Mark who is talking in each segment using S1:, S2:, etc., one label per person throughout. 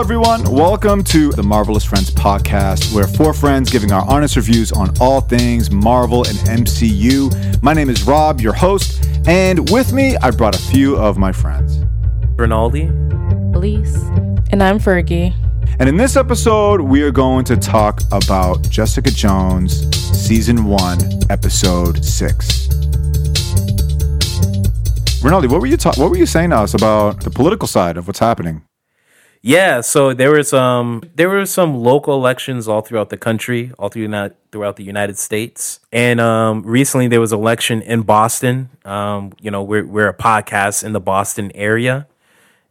S1: everyone. Welcome to the Marvelous Friends podcast, where four friends giving our honest reviews on all things Marvel and MCU. My name is Rob, your host, and with me, I brought a few of my friends.
S2: Rinaldi.
S3: Elise.
S4: And I'm Fergie.
S1: And in this episode, we are going to talk about Jessica Jones, season one, episode six. Rinaldi, what were you ta- what were you saying to us about the political side of what's happening?
S2: Yeah, so there was um there were some local elections all throughout the country, all through uni- throughout the United States, and um, recently there was election in Boston. Um, you know, we're we're a podcast in the Boston area,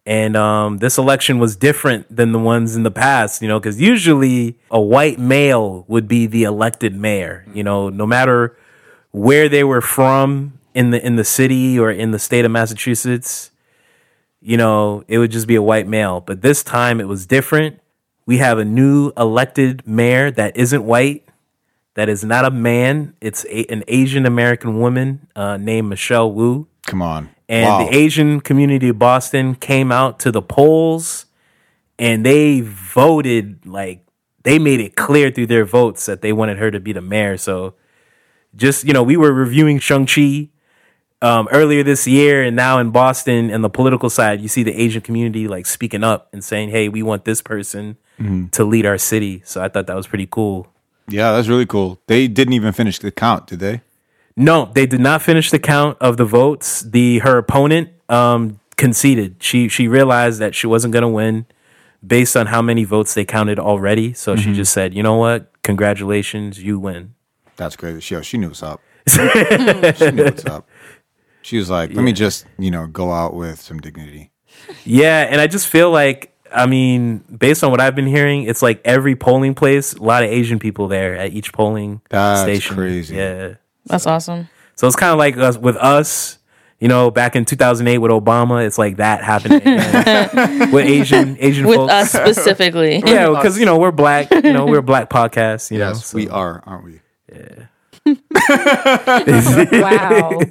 S2: and um, this election was different than the ones in the past. You know, because usually a white male would be the elected mayor. You know, no matter where they were from in the in the city or in the state of Massachusetts you know, it would just be a white male. But this time it was different. We have a new elected mayor that isn't white, that is not a man. It's a, an Asian American woman uh, named Michelle Wu.
S1: Come on.
S2: And
S1: Wow.
S2: the Asian community of Boston came out to the polls and they voted, like, they made it clear through their votes that they wanted her to be the mayor. So just, you know, we were reviewing Shang-Chi um, earlier this year and now in Boston and the political side, you see the Asian community like speaking up and saying, hey, we want this person to lead our city. So I thought that was pretty cool.
S1: Yeah, that's really cool. They didn't even finish the count, did they?
S2: No, they did not finish the count of the votes. The her opponent um, conceded. She she realized that she wasn't going to win based on how many votes they counted already. So
S1: Mm-hmm.
S2: she just said, "You know what? Congratulations, you win."
S1: That's crazy. She, oh, she knew what's up. she knew what's up. She was like, let me just, you know, go out with some dignity.
S2: Yeah, and I just feel like I mean, based on what I've been hearing, it's like every polling place, a lot of Asian people there at each polling
S1: That's
S2: station.
S1: crazy.
S2: Yeah.
S4: That's awesome.
S2: So it's kind of like us with us, you know, back in 2008 with Obama, it's like that happening again. with Asian Asian
S4: With
S2: folks.
S4: us specifically.
S2: yeah, because you know we're black. You know we're a black podcast. You know, so-
S1: we are, aren't we?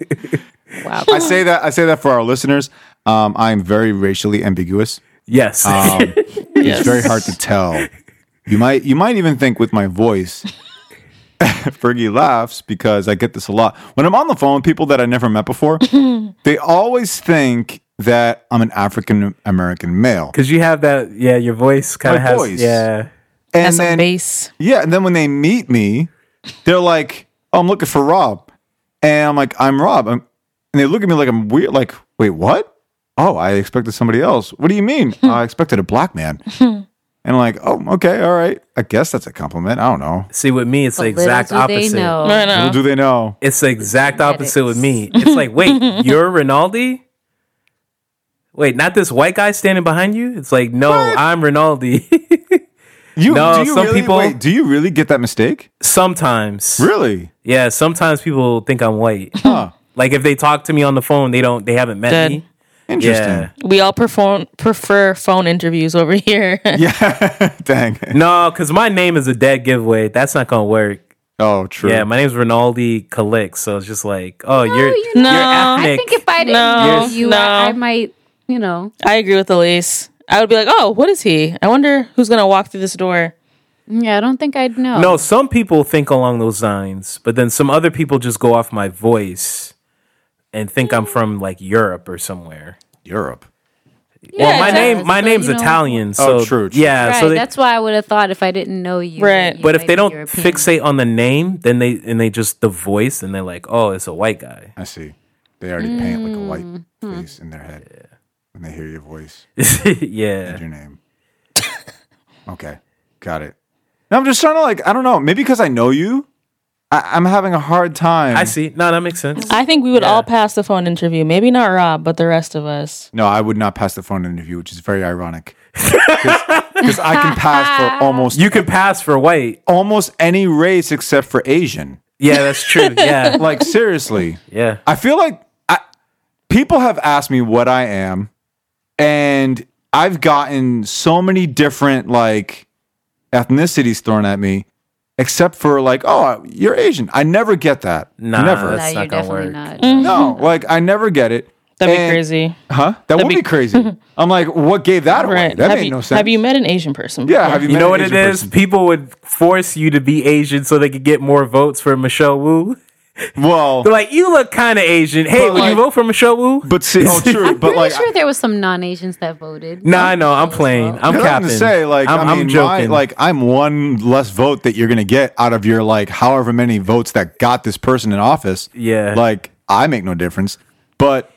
S3: Wow. wow.
S1: I say that I say that for our listeners. Um, I'm very racially ambiguous.
S2: yes,
S1: Um, It's very hard to tell. You might you might even think with my voice. Fergie laughs because I get this a lot. When I'm on the phone with people that I never met before, they always think that I'm an African American male.
S2: because you have that. Yeah, your voice kind
S1: My
S2: of has.
S1: voice.
S2: Yeah,
S1: And
S4: As a
S1: then
S4: base.
S1: Yeah, and then when they meet me, they're like, "Oh, I'm looking for Rob," and I'm like, "I'm Rob," I'm, and they look at me like I'm weird. Like, wait, what? Oh, I expected somebody else. What do you mean? I expected a black man. and I'm like, oh, okay, all right. I guess that's a compliment. I don't know.
S2: see, with me, it's the exact opposite.
S3: They know.
S4: I
S1: Little
S4: know.
S1: do they know?
S2: It's the exact opposite with me.
S3: Genetics.
S2: It's like, wait, you're Rinaldi? Wait, not this white guy standing behind you? It's like, no, I'm Rinaldi.
S1: You
S2: No,
S1: do you
S2: some
S1: really,
S2: people-
S1: wait, do you really get that mistake?
S2: sometimes.
S1: Really?
S2: Yeah, sometimes people think I'm white.
S1: Huh.
S2: Like if they talk to me on the phone, they don't they haven't met
S4: Dead.
S2: me.
S1: Interesting.
S2: Yeah.
S4: We all perform, prefer phone interviews over here.
S1: Yeah. Dang.
S2: No, because my name is a dead giveaway. That's not gonna work.
S1: Oh, true.
S2: Yeah, my name's Rinaldi Kalik, so it's just like, oh, you're,
S3: you're
S2: you're
S4: not. No.
S3: I
S2: ethnic.
S3: think if I didn't
S4: No,
S3: know you,
S4: no.
S3: I, I might, you know.
S4: I agree with Elise. I would be like, oh, what is he? I wonder who's going to walk through this door.
S3: Yeah, I don't think I'd know.
S2: No, some people think along those lines, but then some other people just go off my voice and think I'm
S3: Mm.
S2: from like Europe or somewhere.
S1: Europe.
S2: well, my
S4: it's
S2: name my
S3: but,
S2: name's
S3: you know-
S2: Italian, so
S1: Oh, true, true.
S2: yeah.
S3: Right,
S2: so they,
S3: that's why I would have thought if I didn't know you. that
S4: Right.
S3: you
S2: but if
S3: might
S2: they
S3: be
S2: don't
S3: European.
S2: fixate on the name, then they and they just the voice, and they're like, oh, it's a white guy.
S1: I see. They already paint like a white face in their head when they hear your voice.
S2: yeah,
S1: your name. okay, got it. No, I'm just trying to like I don't know. Maybe because I know you, I, I'm having a hard time.
S2: I see. No, that makes
S3: Mm.
S2: sense.
S4: I think we would all pass the phone interview. Maybe not Rob, but the rest of us.
S1: No, I would not pass the phone interview, which is very ironic because I can pass for almost
S2: You can pass for white.
S1: almost any race except for Asian.
S2: Yeah, that's true. Yeah,
S1: Like seriously,
S2: yeah.
S1: I feel like I, people have asked me what I am, and I've gotten so many different like ethnicities thrown at me, except for like, oh, you're Asian. I never get that.
S2: Nah,
S1: never.
S3: No,
S2: That's
S3: you're
S2: not gonna
S3: definitely
S2: work.
S1: No,
S3: not.
S1: like I never get it.
S4: That'd be
S1: And-
S4: crazy.
S1: Huh? That would
S4: be-
S1: be, crazy. I'm like, what gave that away?
S4: Right.
S1: That
S4: have
S1: made
S4: you,
S1: no sense.
S4: Have you met an Asian person?
S1: Yeah,
S4: before?
S1: have you,
S2: You
S1: met
S2: know
S1: an
S2: what it
S1: Asian
S2: is?
S1: person?
S2: People would force you to be Asian so they could get more votes for Michelle Wu.
S1: Well,
S2: They're like, you look kind of Asian. Hey,
S1: But,
S2: would you
S1: like-
S2: vote for Michelle Wu?
S1: but see, oh, true. But
S3: Pretty
S1: like,
S3: sure there was some non-Asians that voted.
S2: nah, I know. I'm playing. I'm
S1: I'm
S2: capping.
S1: gonna say like
S2: I'm,
S1: i mean
S2: I'm
S1: my-
S2: joking.
S1: like I'm one less vote that you're gonna get out of your like however many votes that got this person in office.
S2: Yeah.
S1: like I make no difference. But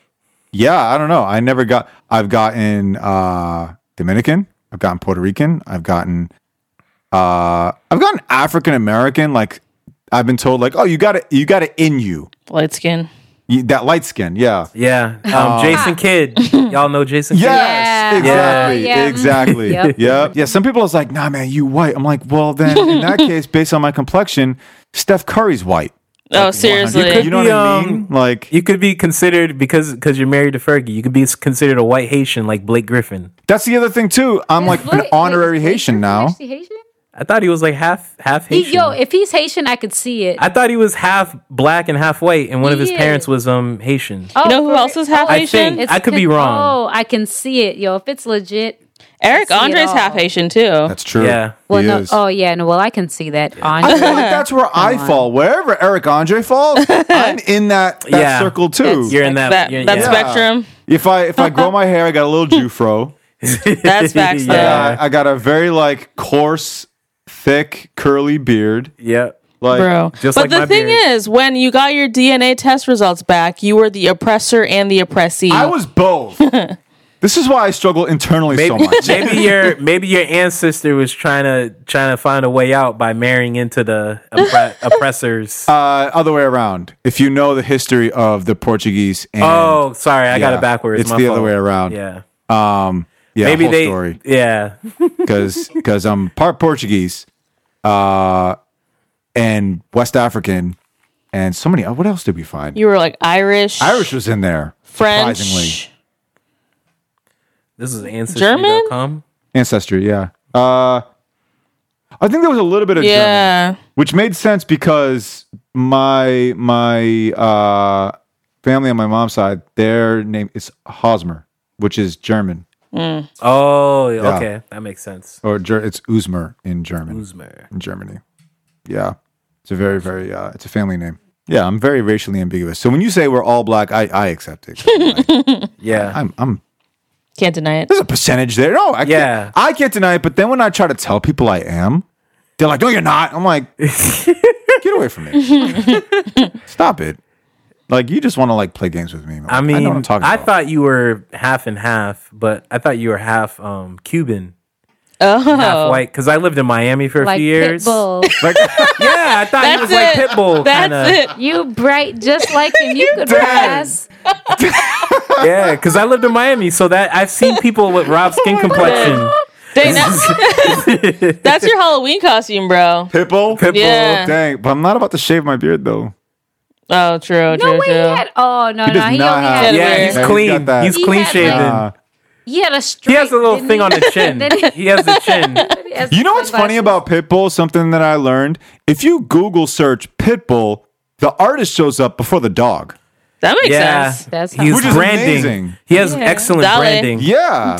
S1: yeah, I don't know. I never got. I've gotten uh Dominican. I've gotten Puerto Rican. I've gotten uh I've gotten African American. Like I've been told like oh you got it you got it in you.
S4: Light skin.
S1: You- that light skin. Yeah.
S2: yeah. Um, Jason Kidd. Y'all know Jason Kidd?
S1: Yes,
S3: Yeah.
S1: exactly,
S3: Yeah. Yeah.
S1: exactly.
S3: Yep.
S1: yep. Yeah, some people is like, nah, man, you white. I'm like, well, then in that case, based on my complexion, Steph Curry's white.
S4: oh, seriously.
S1: You, could- you know what I
S2: be,
S1: mean?
S2: um,
S1: Like,
S2: You could be considered because because you're married to Fergie. You could be considered a white Haitian like Blake Griffin.
S1: that's the other thing too. I'm like
S3: Wait,
S1: an
S3: wait,
S1: honorary
S3: is Blake
S1: Haitian
S3: Griffin
S1: now.
S3: actually Haitian?
S2: I thought he was like half half
S3: He-
S2: Haitian.
S3: yo, if he's Haitian, I could see it.
S2: I thought he was half black and half white, and one of his
S3: Yeah.
S2: parents was um Haitian.
S3: oh,
S4: You know who
S3: for
S4: else
S3: real?
S4: is half
S3: Oh,
S2: I
S4: Haitian?
S2: think I could be
S3: con-
S2: wrong.
S3: Oh, I can see it, yo. If it's legit,
S4: Eric
S3: see it
S4: Andre's half
S3: all.
S4: Haitian too.
S1: That's true.
S2: Yeah.
S3: well,
S1: he
S3: no,
S1: is.
S3: oh yeah, no, well, I can see that.
S1: I feel
S3: On
S1: like that's where I fall. Wherever Eric Andre falls, I'm in that, that
S2: Yeah.
S1: circle too.
S3: That's-
S2: You're in that.
S4: That
S2: you're-
S4: that
S2: yeah.
S4: spectrum.
S1: If I if I grow my hair, I got a little Jufro.
S4: That's facts.
S2: Yeah.
S4: though.
S1: I, I got a very like coarse, thick, curly beard.
S2: Yeah.
S1: Like
S4: Bro,
S2: just
S4: but
S2: like
S4: the
S2: my
S4: thing
S2: beard.
S4: is, when you got your DNA test results back, you were the oppressor and the oppressee.
S1: I was both. this is why I struggle internally so
S2: Maybe,
S1: much.
S2: maybe your maybe your ancestor was trying to trying to find a way out by marrying into the oppre- oppressors.
S1: Uh, other way around. If you know the history of the Portuguese, and,
S2: oh, sorry, I got
S1: yeah,
S2: it backwards.
S1: It's
S2: my
S1: the other
S2: fault.
S1: way around.
S2: Yeah.
S1: yeah,
S2: Maybe
S1: whole
S2: they.
S1: story
S2: Yeah.
S1: because because I'm part Portuguese, uh, and West African, and so many. What else did we find?
S4: you were like Irish,
S1: Irish was in there. surprisingly.
S4: French.
S2: This is
S4: German?
S2: ancestry.com.
S1: Ancestry, yeah. Uh, I think there was a little bit of German,
S4: Yeah,
S1: which made sense because my my uh, family on my mom's side, their name is Hosmer, which is German,
S2: Oh, okay, that makes sense.
S1: or ger- it's Uzmer in German,
S2: Uzmer.
S1: in Germany. Yeah, it's a very very uh, it's a family name. Yeah, I'm very racially ambiguous. So when you say we're all black, I, I accept it. Like,
S2: Yeah.
S1: I'm I'm
S4: can't deny it.
S1: there's a percentage there. No, I
S2: Yeah.
S1: can't, I can't deny it. But then when I try to tell people I am, they're like, "No, you're not." I'm like, "Get away from me! Stop it!" Like you just want to like play games with me. Like,
S2: I mean,
S1: I
S2: I,
S1: know what I'm talking about.
S2: thought you were half and half, but I thought you were half um, Cuban, half
S4: Oh,
S2: white. Because I lived in Miami for a
S3: like
S2: few years.
S3: Pitbull,
S2: Like, yeah, I thought he was like
S4: it.
S2: Pitbull.
S4: that's
S2: kinda.
S4: it.
S3: you bright just like him. You could pass.
S2: Yeah, because I lived in Miami, so that I've seen people with Rob
S3: Oh
S2: skin complexion.
S4: Dang, that's, that's your Halloween costume, bro.
S1: Pitbull, Pitbull,
S4: Yeah.
S1: dang! But I'm not about to shave my beard though.
S4: Oh, true, true,
S3: No way,
S4: true.
S3: he had. Oh no,
S1: He
S3: no,
S1: does
S3: he only
S1: not have-
S3: had.
S4: Yeah,
S2: Yeah,
S4: he's
S2: he's
S1: got
S2: clean.
S1: that.
S2: He's
S3: He
S2: clean
S3: had,
S2: shaven.
S3: like-
S1: Uh,
S3: He had a straight.
S2: he has a little
S3: didn't
S2: thing
S3: he?
S2: on the chin.
S3: Then he-
S2: he has a chin.
S3: he has
S1: you know what's funny about
S3: sunglasses.
S1: Pitbull? Something that I learned: if you Google search Pitbull, the artist shows up before the dog.
S4: That makes
S2: Yeah,
S4: sense.
S3: That's how-
S2: he's
S1: Which is
S2: branding.
S1: amazing.
S2: He has excellent
S4: Dolly.
S2: branding.
S1: Yeah,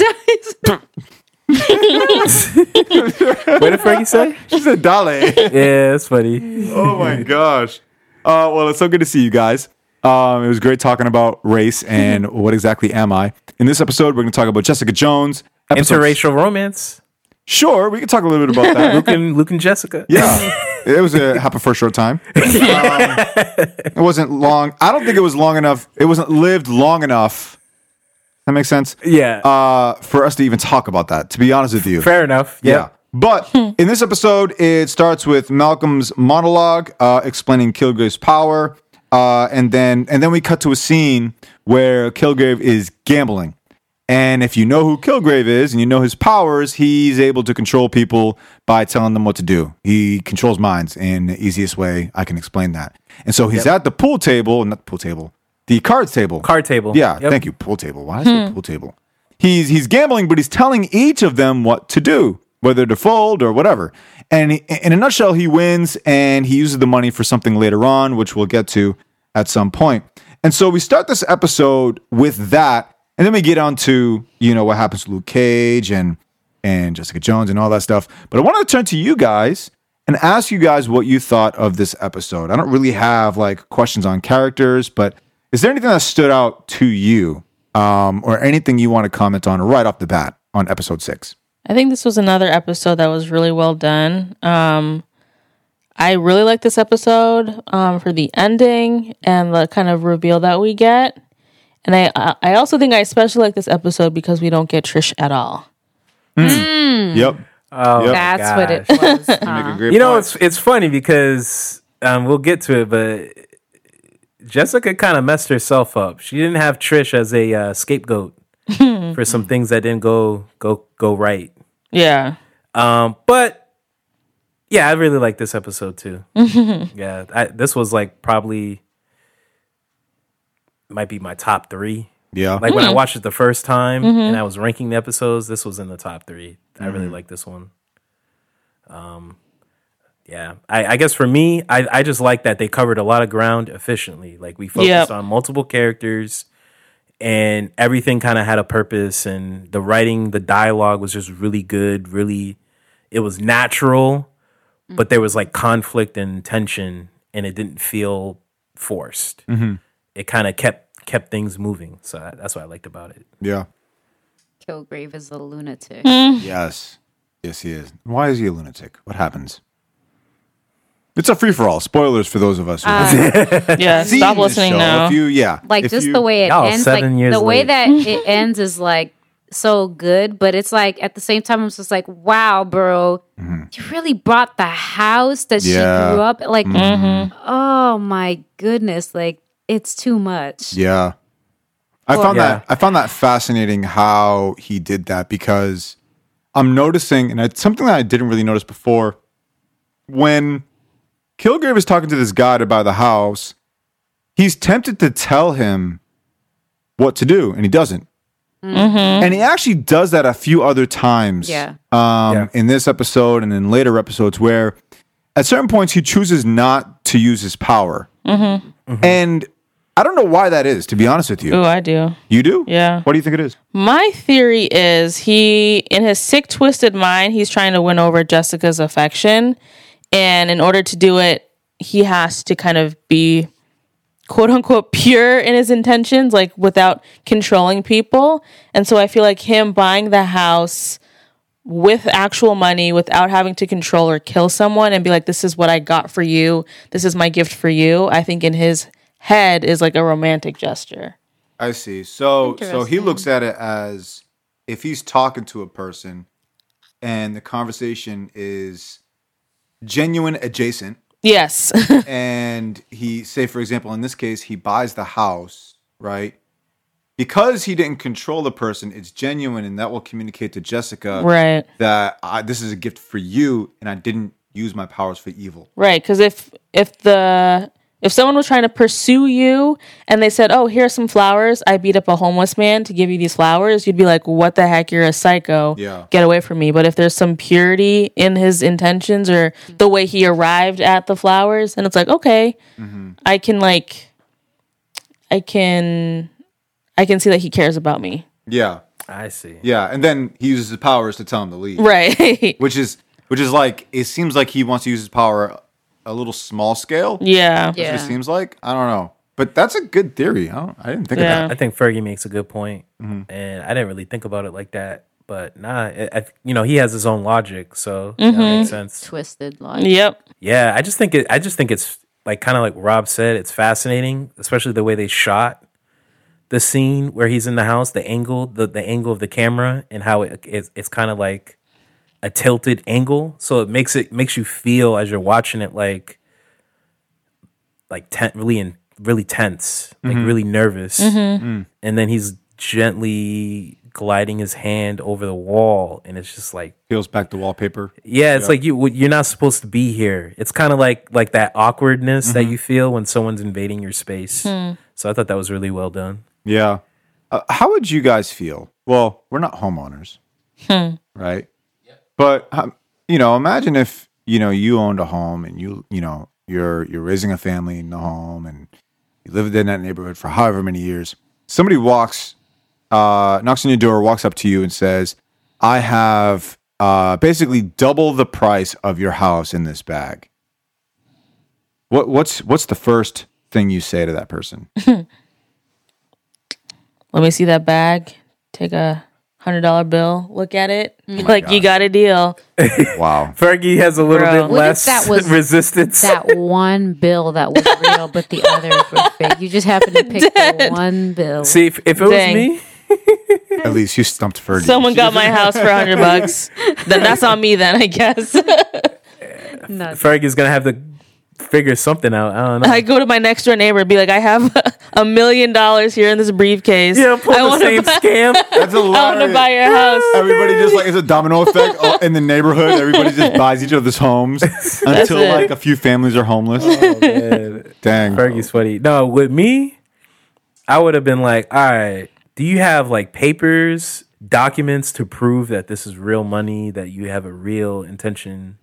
S2: What did Fergie say?
S1: she's a dolly.
S2: Yeah, that's funny.
S1: oh my gosh. Uh, well, it's so good to see you guys. Um, it was great talking about race and what exactly am I. In this episode, we're going to talk about Jessica Jones. episode-
S2: Interracial romance.
S1: Sure, we can talk a little bit about that.
S2: Luke and Luke and Jessica.
S1: yeah, it was a happened for a short time. Um, it wasn't long. I don't think it was long enough. It wasn't lived long enough. That makes sense.
S2: Yeah.
S1: Uh, for us to even talk about that. To be honest with you,
S2: Fair enough.
S1: Yeah. But in this episode, it starts with Malcolm's monologue uh, explaining Kilgrave's power, uh, and then and then we cut to a scene where Kilgrave is gambling. And if you know who Kilgrave is and you know his powers, he's able to control people by telling them what to do. He controls minds in the easiest way I can explain that. And so he's at the pool table, not the pool table, the cards table.
S2: Card table.
S1: Yeah,
S2: Yep. Hmm.
S1: thank you. Pool table. Why is it pool table? He's he's gambling, but he's telling each of them what to do, whether to fold or whatever. And he, in a nutshell, he wins, and he uses the money for something later on, which we'll get to at some point. And so we start this episode with that, and then we get on to, you know, what happens to Luke Cage and and Jessica Jones and all that stuff. But I want to turn to you guys and ask you guys what you thought of this episode. I don't really have like questions on characters, but is there anything that stood out to you um, or anything you want to comment on right off the bat on episode six?
S4: I think this was another episode that was really well done. Um, I really like this episode um, for the ending and the kind of reveal that we get. And I- I, I also think I especially like this episode because we don't get Trish at all.
S1: Yep.
S2: Oh,
S1: Yep.
S3: That's
S2: gosh.
S3: what it was. Um, huh?
S2: You know, it's it's funny because um, we'll get to it, but Jessica kind of messed herself up. She didn't have Trish as a uh, scapegoat for some things that didn't go go go right.
S4: Yeah.
S2: Um, but yeah, I really like this episode too. yeah, I, this was like probably might be my top three.
S1: yeah.
S2: Like when I watched it the first time and I was ranking the episodes, this was in the top 3 I really like this one. Um, yeah, I, I guess for me, I, I just like that they covered a lot of ground efficiently. Like we focused
S4: Yep.
S2: on multiple characters and everything kind of had a purpose and the writing, the dialogue was just really good, really it was natural, but there was like conflict and tension and it didn't feel forced it kind of kept kept things moving. So I- that's what I liked about it.
S1: yeah.
S3: Kilgrave is a lunatic.
S1: Yes. Yes, he is. Why is he a lunatic? What happens? It's a free for all. Spoilers for those of us who haven't
S4: Yeah.
S1: seen
S4: Stop
S1: this
S4: listening
S1: show.
S4: now.
S1: If you, yeah,
S3: like
S1: If
S3: just
S1: you-
S3: the way it
S2: Y'all
S3: ends
S2: seven
S3: like
S2: years
S3: the way
S2: late.
S3: that it ends is like so good but it's like at the same time i'm just like wow bro you really brought the house that
S1: Yeah.
S3: she grew up like oh my goodness like it's too much
S1: Yeah. I found
S2: Yeah.
S1: that I found that fascinating how he did that because I'm noticing and it's something that I didn't really notice before when Kilgrave is talking to this guy to buy the house, he's tempted to tell him what to do and he doesn't. And he actually does that a few other times
S3: Yeah.
S1: um,
S2: Yeah.
S1: in this episode and in later episodes where at certain points he chooses not to use his power. And I don't know why that is, to be honest with you.
S4: Oh, I do.
S1: You do?
S4: Yeah.
S1: What do you think it is?
S4: My theory is he, in his sick, twisted mind, he's trying to win over Jessica's affection. And in order to do it, he has to kind of be quote unquote pure in his intentions, like without controlling people. And so I feel like him buying the house with actual money, without having to control or kill someone and be like, this is what I got for you, this is my gift for you, I think in his head is like a romantic gesture.
S1: I see. So so he looks at it as if he's talking to a person and the conversation is genuine adjacent
S4: Yes.
S1: and he say for example in this case he buys the house, right? Because he didn't control the person, it's genuine and that will communicate to Jessica
S4: right.
S1: that I, this is a gift for you and I didn't use my powers for evil.
S4: Right, because if if the if someone was trying to pursue you and they said, "Oh, here's some flowers," I beat up a homeless man to give you these flowers, you'd be like, "What the heck? You're a psycho.
S1: Yeah.
S4: Get away from me." But if there's some purity in his intentions or the way he arrived at the flowers, and it's like, okay, I can like, I can, I can see that he cares about me.
S1: Yeah.
S2: I see.
S1: Yeah, and then he uses his powers to tell him to leave.
S4: Right.
S1: which is which is like it seems like he wants to use his power a little small scale.
S4: yeah.
S3: Yeah.
S1: It seems like I don't know, but that's a good theory. I, don't, I didn't think
S4: Yeah.
S1: of
S2: I think Fergie makes a good point, and I didn't really think about it like that. But nah, I, I, you know, he has his own logic, so that makes sense.
S3: twisted like
S4: Yep.
S2: Yeah, I just think it. I just think it's like kind of like Rob said. It's fascinating, especially the way they shot the scene where he's in the house, the angle, the the angle of the camera, and how it it's, it's kind of like a tilted angle. So it makes it makes you feel as you're watching it like like ten, really in, really tense, like really nervous, and then he's gently gliding his hand over the wall, and it's just like
S1: that. Peels back the wallpaper.
S2: yeah, it's like you you're not supposed to be here. It's kind of like like that awkwardness that you feel when someone's invading your space. So I thought that was really well done.
S1: Yeah. Uh, how would you guys feel? Well, we're not homeowners, right? But um, you know, imagine if you know you owned a home and you you know you're you're raising a family in the home and You lived in that neighborhood for however many years. Somebody walks, uh, knocks on your door, walks up to you, and says, "I have uh, basically double the price of your house in this bag." What what's what's the first thing you say to that person?
S4: Let me see that bag. Take a hundred dollar bill. Look at it.
S2: Mm. Oh
S4: like you got a deal.
S1: wow.
S2: Fergie has a little
S4: Bro.
S2: bit
S3: What if
S2: less
S3: that was-
S2: resistance.
S3: That one bill that was real, but the others were fake. You just happened to pick the one bill.
S2: See, if, if it
S4: Dang.
S2: was me,
S1: At least you stumped Fergie.
S4: Someone got my house for a hundred bucks. then that's on me. Then I guess
S3: No,
S2: Fergie's gonna have to figure something out. I don't know.
S4: I go to my next door neighbor and be like, I have a million dollars here in this briefcase.
S2: yeah, pull
S4: I
S2: the
S4: wanna
S2: same
S4: buy-
S2: scam.
S1: That's hilarious.
S4: I want to buy your house.
S1: Everybody just like it's a domino effect all- in the neighborhood. Everybody just buys each other's homes until
S4: it. Oh,
S1: like a few families are homeless. Dang.
S2: Fergie's funny. No, with me, I would have been like, all right, do you have like papers, documents to prove that this is real money, that you have a real intention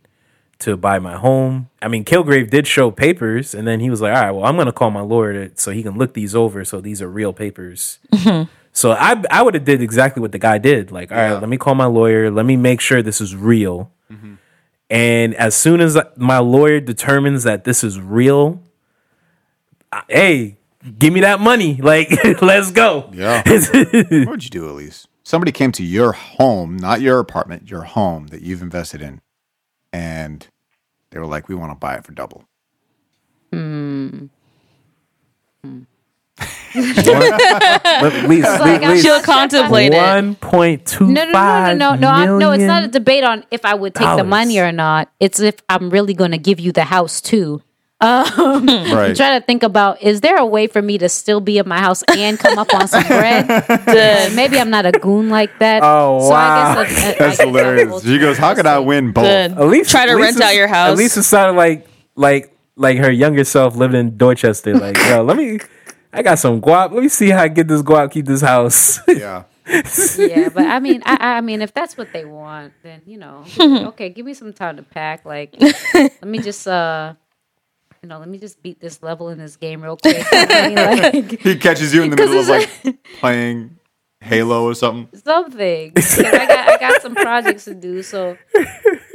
S2: to buy my home? I mean, Kilgrave did show papers, and then he was like, all right, well, I'm going to call my lawyer to- so he can look these over. So these are real papers. So I I would have did exactly what the guy did. Like, all right, let me call my lawyer. Let me make sure this is real. And as soon as my lawyer determines that this is real, I- hey, give me that money. Like, let's go.
S1: Yeah. what would you do, Elise? Somebody came to your home, not your apartment, your home that you've invested in, and they were like, "We want to buy it for double."
S2: Let- Please,
S3: like, I'm
S2: please.
S4: She'll
S3: Let's check on-
S4: contemplate it.
S2: One point two
S3: no, no, no, no, no, no, I'm, no. It's not a debate on if I would take the
S2: dollars.
S3: money or not. It's if I'm really going to give you the house too.
S4: Mm.
S1: Right.
S3: Trying to think about is there a way for me to still be in my house and come up on some bread?
S4: Dude.
S3: Maybe I'm not a goon like that.
S2: Oh, wow.
S3: I guess uh, I- I-
S1: That's
S3: I guess I will
S1: hilarious. She goes, "How could I win both?"
S4: Good.
S2: At least
S4: Try to rent out your house.
S2: At least it sounded like like like her younger self living in Dorchester. Like, yo, let me. I got some guap. Let me see how I get this guap. Keep this house.
S1: Yeah.
S3: yeah, but I mean, I, I- I mean, if that's what they want, then you know, okay, give me some time to pack. Like, let me just, uh you know, let me just beat this level in this game real quick. I mean, like
S1: He catches you in the
S3: 'Cause
S1: middle of like
S3: it's
S1: playing Halo or something.
S3: something. 'Cause I got, I got some projects to do, so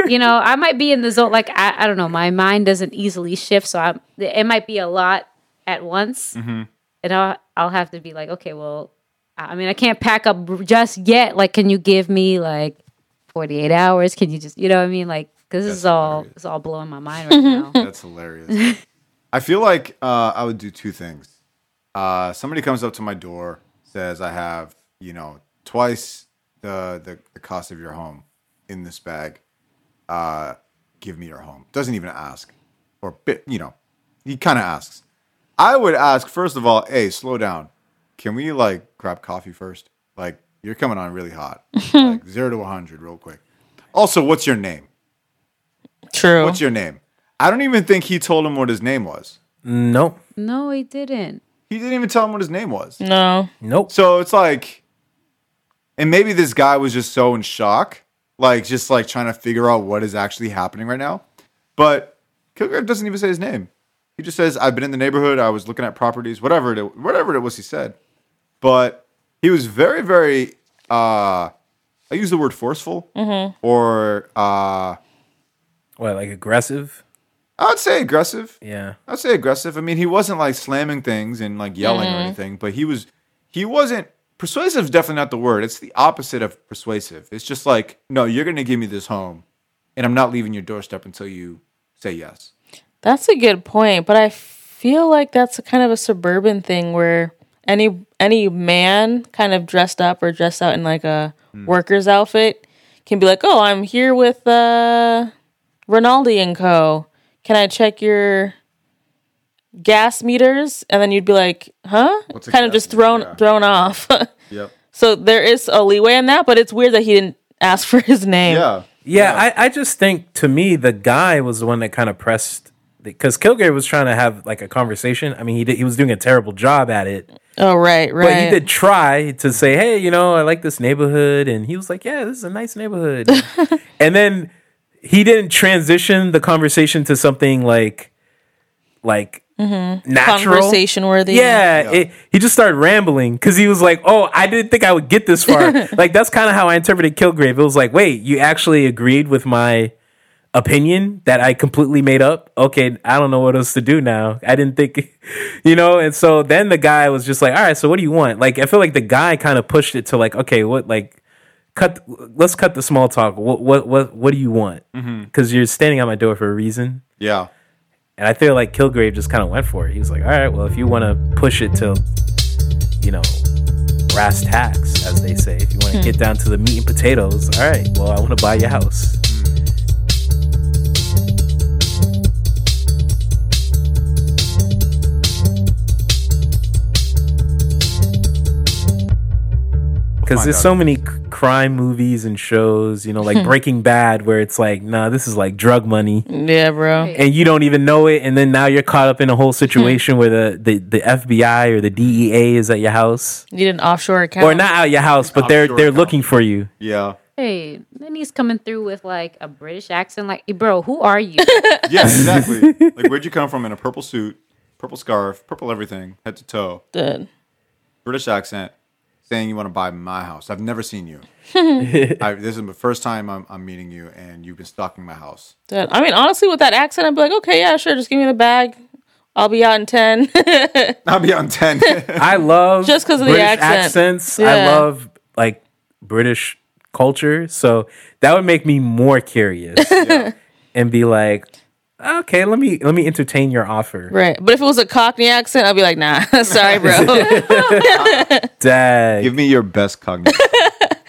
S3: you know, I might be in the zone. Like, I, I don't know, my mind doesn't easily shift, so I'm. It might be a lot at once, and I'll, I'll have to be like, okay, well. I I mean, I can't pack up just yet. Like, can you give me like 48 hours can you just you know what i mean like because this is all it's all blowing my mind right now
S1: That's hilarious. I feel like uh, I would do two things. Uh, somebody comes up to my door, says, "I have you know twice the the, the cost of your home in this bag. Uh, give me your home." Doesn't even ask, or bit you know, he kind of asks. I would ask first of all, "Hey, slow down. Can we like grab coffee first? Like you're coming on really hot, like zero to one hundred, real quick. Also, what's your name?"
S4: True.
S1: What's your name? I don't even think he told him what his name was.
S2: nope,
S3: no he didn't
S1: He didn't even tell him what his name was.
S4: no.
S2: nope.
S1: So it's like, and maybe this guy was just so in shock, like just like trying to figure out what is actually happening right now. But Kilgrave doesn't even say his name. He just says, "I've been in the neighborhood. I was looking at properties, whatever it whatever it was." He said, but he was very, very. uh I use the word forceful, or uh,
S2: What like aggressive?
S1: I would say aggressive.
S2: Yeah.
S1: I'd say aggressive. I mean, he wasn't like slamming things and like yelling or anything, but he was he wasn't persuasive is definitely not the word. It's the opposite of persuasive. It's just like, no, you're gonna give me this home and I'm not leaving your doorstep until you say yes.
S4: That's a good point, but I feel like that's a kind of a suburban thing where any any man kind of dressed up or dressed out in like a
S1: Hmm.
S4: worker's outfit can be like, "Oh, I'm here with uh Rinaldi and Co. Can I check your gas meters?" And then you'd be like, "Huh?"
S1: What's a
S4: kind of
S1: gas
S4: just
S1: meter?
S4: thrown
S1: Yeah.
S4: thrown off.
S1: Yep.
S4: so there is a leeway in that, but it's weird that he didn't ask for his name.
S1: Yeah.
S2: Yeah, I, I just think to me the guy was the one that kind of pressed because Kilgare was trying to have like a conversation. I mean, he did, he was doing a terrible job at it,
S4: Oh, right, right.
S2: but he did try to say, "Hey, you know, I like this neighborhood," and he was like, "Yeah, this is a nice neighborhood." and then he didn't transition the conversation to something like like natural
S4: Mm-hmm. Conversation worthy.
S2: Yeah, it- he just started rambling because he was like, "Oh, I didn't think I would get this far." like that's kind of how I interpreted Kilgrave. It was like, "Wait, you actually agreed with my opinion that I completely made up? Okay, I don't know what else to do now. I didn't think, you know." And so then the guy was just like, "All right, so what do you want?" Like I feel like the guy kind of pushed it to like, "Okay, what like." Cut. Let's cut the small talk. What what what what do you want? Because you're standing at my door for a reason.
S1: Yeah.
S2: And I feel like Kilgrave just kind of went for it. He was like, all right, well, if you want to push it to, you know, brass tacks, as they say, if you want to get down to the meat and potatoes, all right, well, I want to buy your house. Because
S1: find
S2: there's
S1: out.
S2: so many c- crime movies and shows, you know, like Breaking Bad, where it's like, nah, this is like drug money
S4: Yeah, bro.
S2: and you don't even know it and then now you're caught up in a whole
S4: Hmm.
S2: situation where the, the, the FBI or the DEA is at your house
S4: Need an offshore account.
S2: or not at your house but they're
S1: Offshore
S2: they're
S1: account.
S2: looking for you.
S1: Yeah.
S3: Hey, then he's coming through with like a British accent. Like, "Hey, bro, who are you?
S1: Yeah, exactly. like, where'd you come from in a purple suit, purple scarf, purple everything, head to toe,
S4: Dude.
S1: British accent, saying you want to buy my house? I've never seen you. I, this is the first time I'm, I'm meeting you, and you've been stalking my house.
S4: Dude. I mean, honestly, with that accent, I'd be like, okay, yeah, sure, just give me the bag. I'll be out in 10.
S1: I'll be on 10.
S2: I love
S4: Just 'cause of the
S2: British
S4: accent.
S2: accents. I
S4: Yeah.
S2: love like British culture. So that would make me more curious and be like, okay, let me let me entertain your offer.
S4: right. But if it was a Cockney accent, I'd be like, nah, sorry, bro.
S2: Dag.
S1: Give me your best cognition.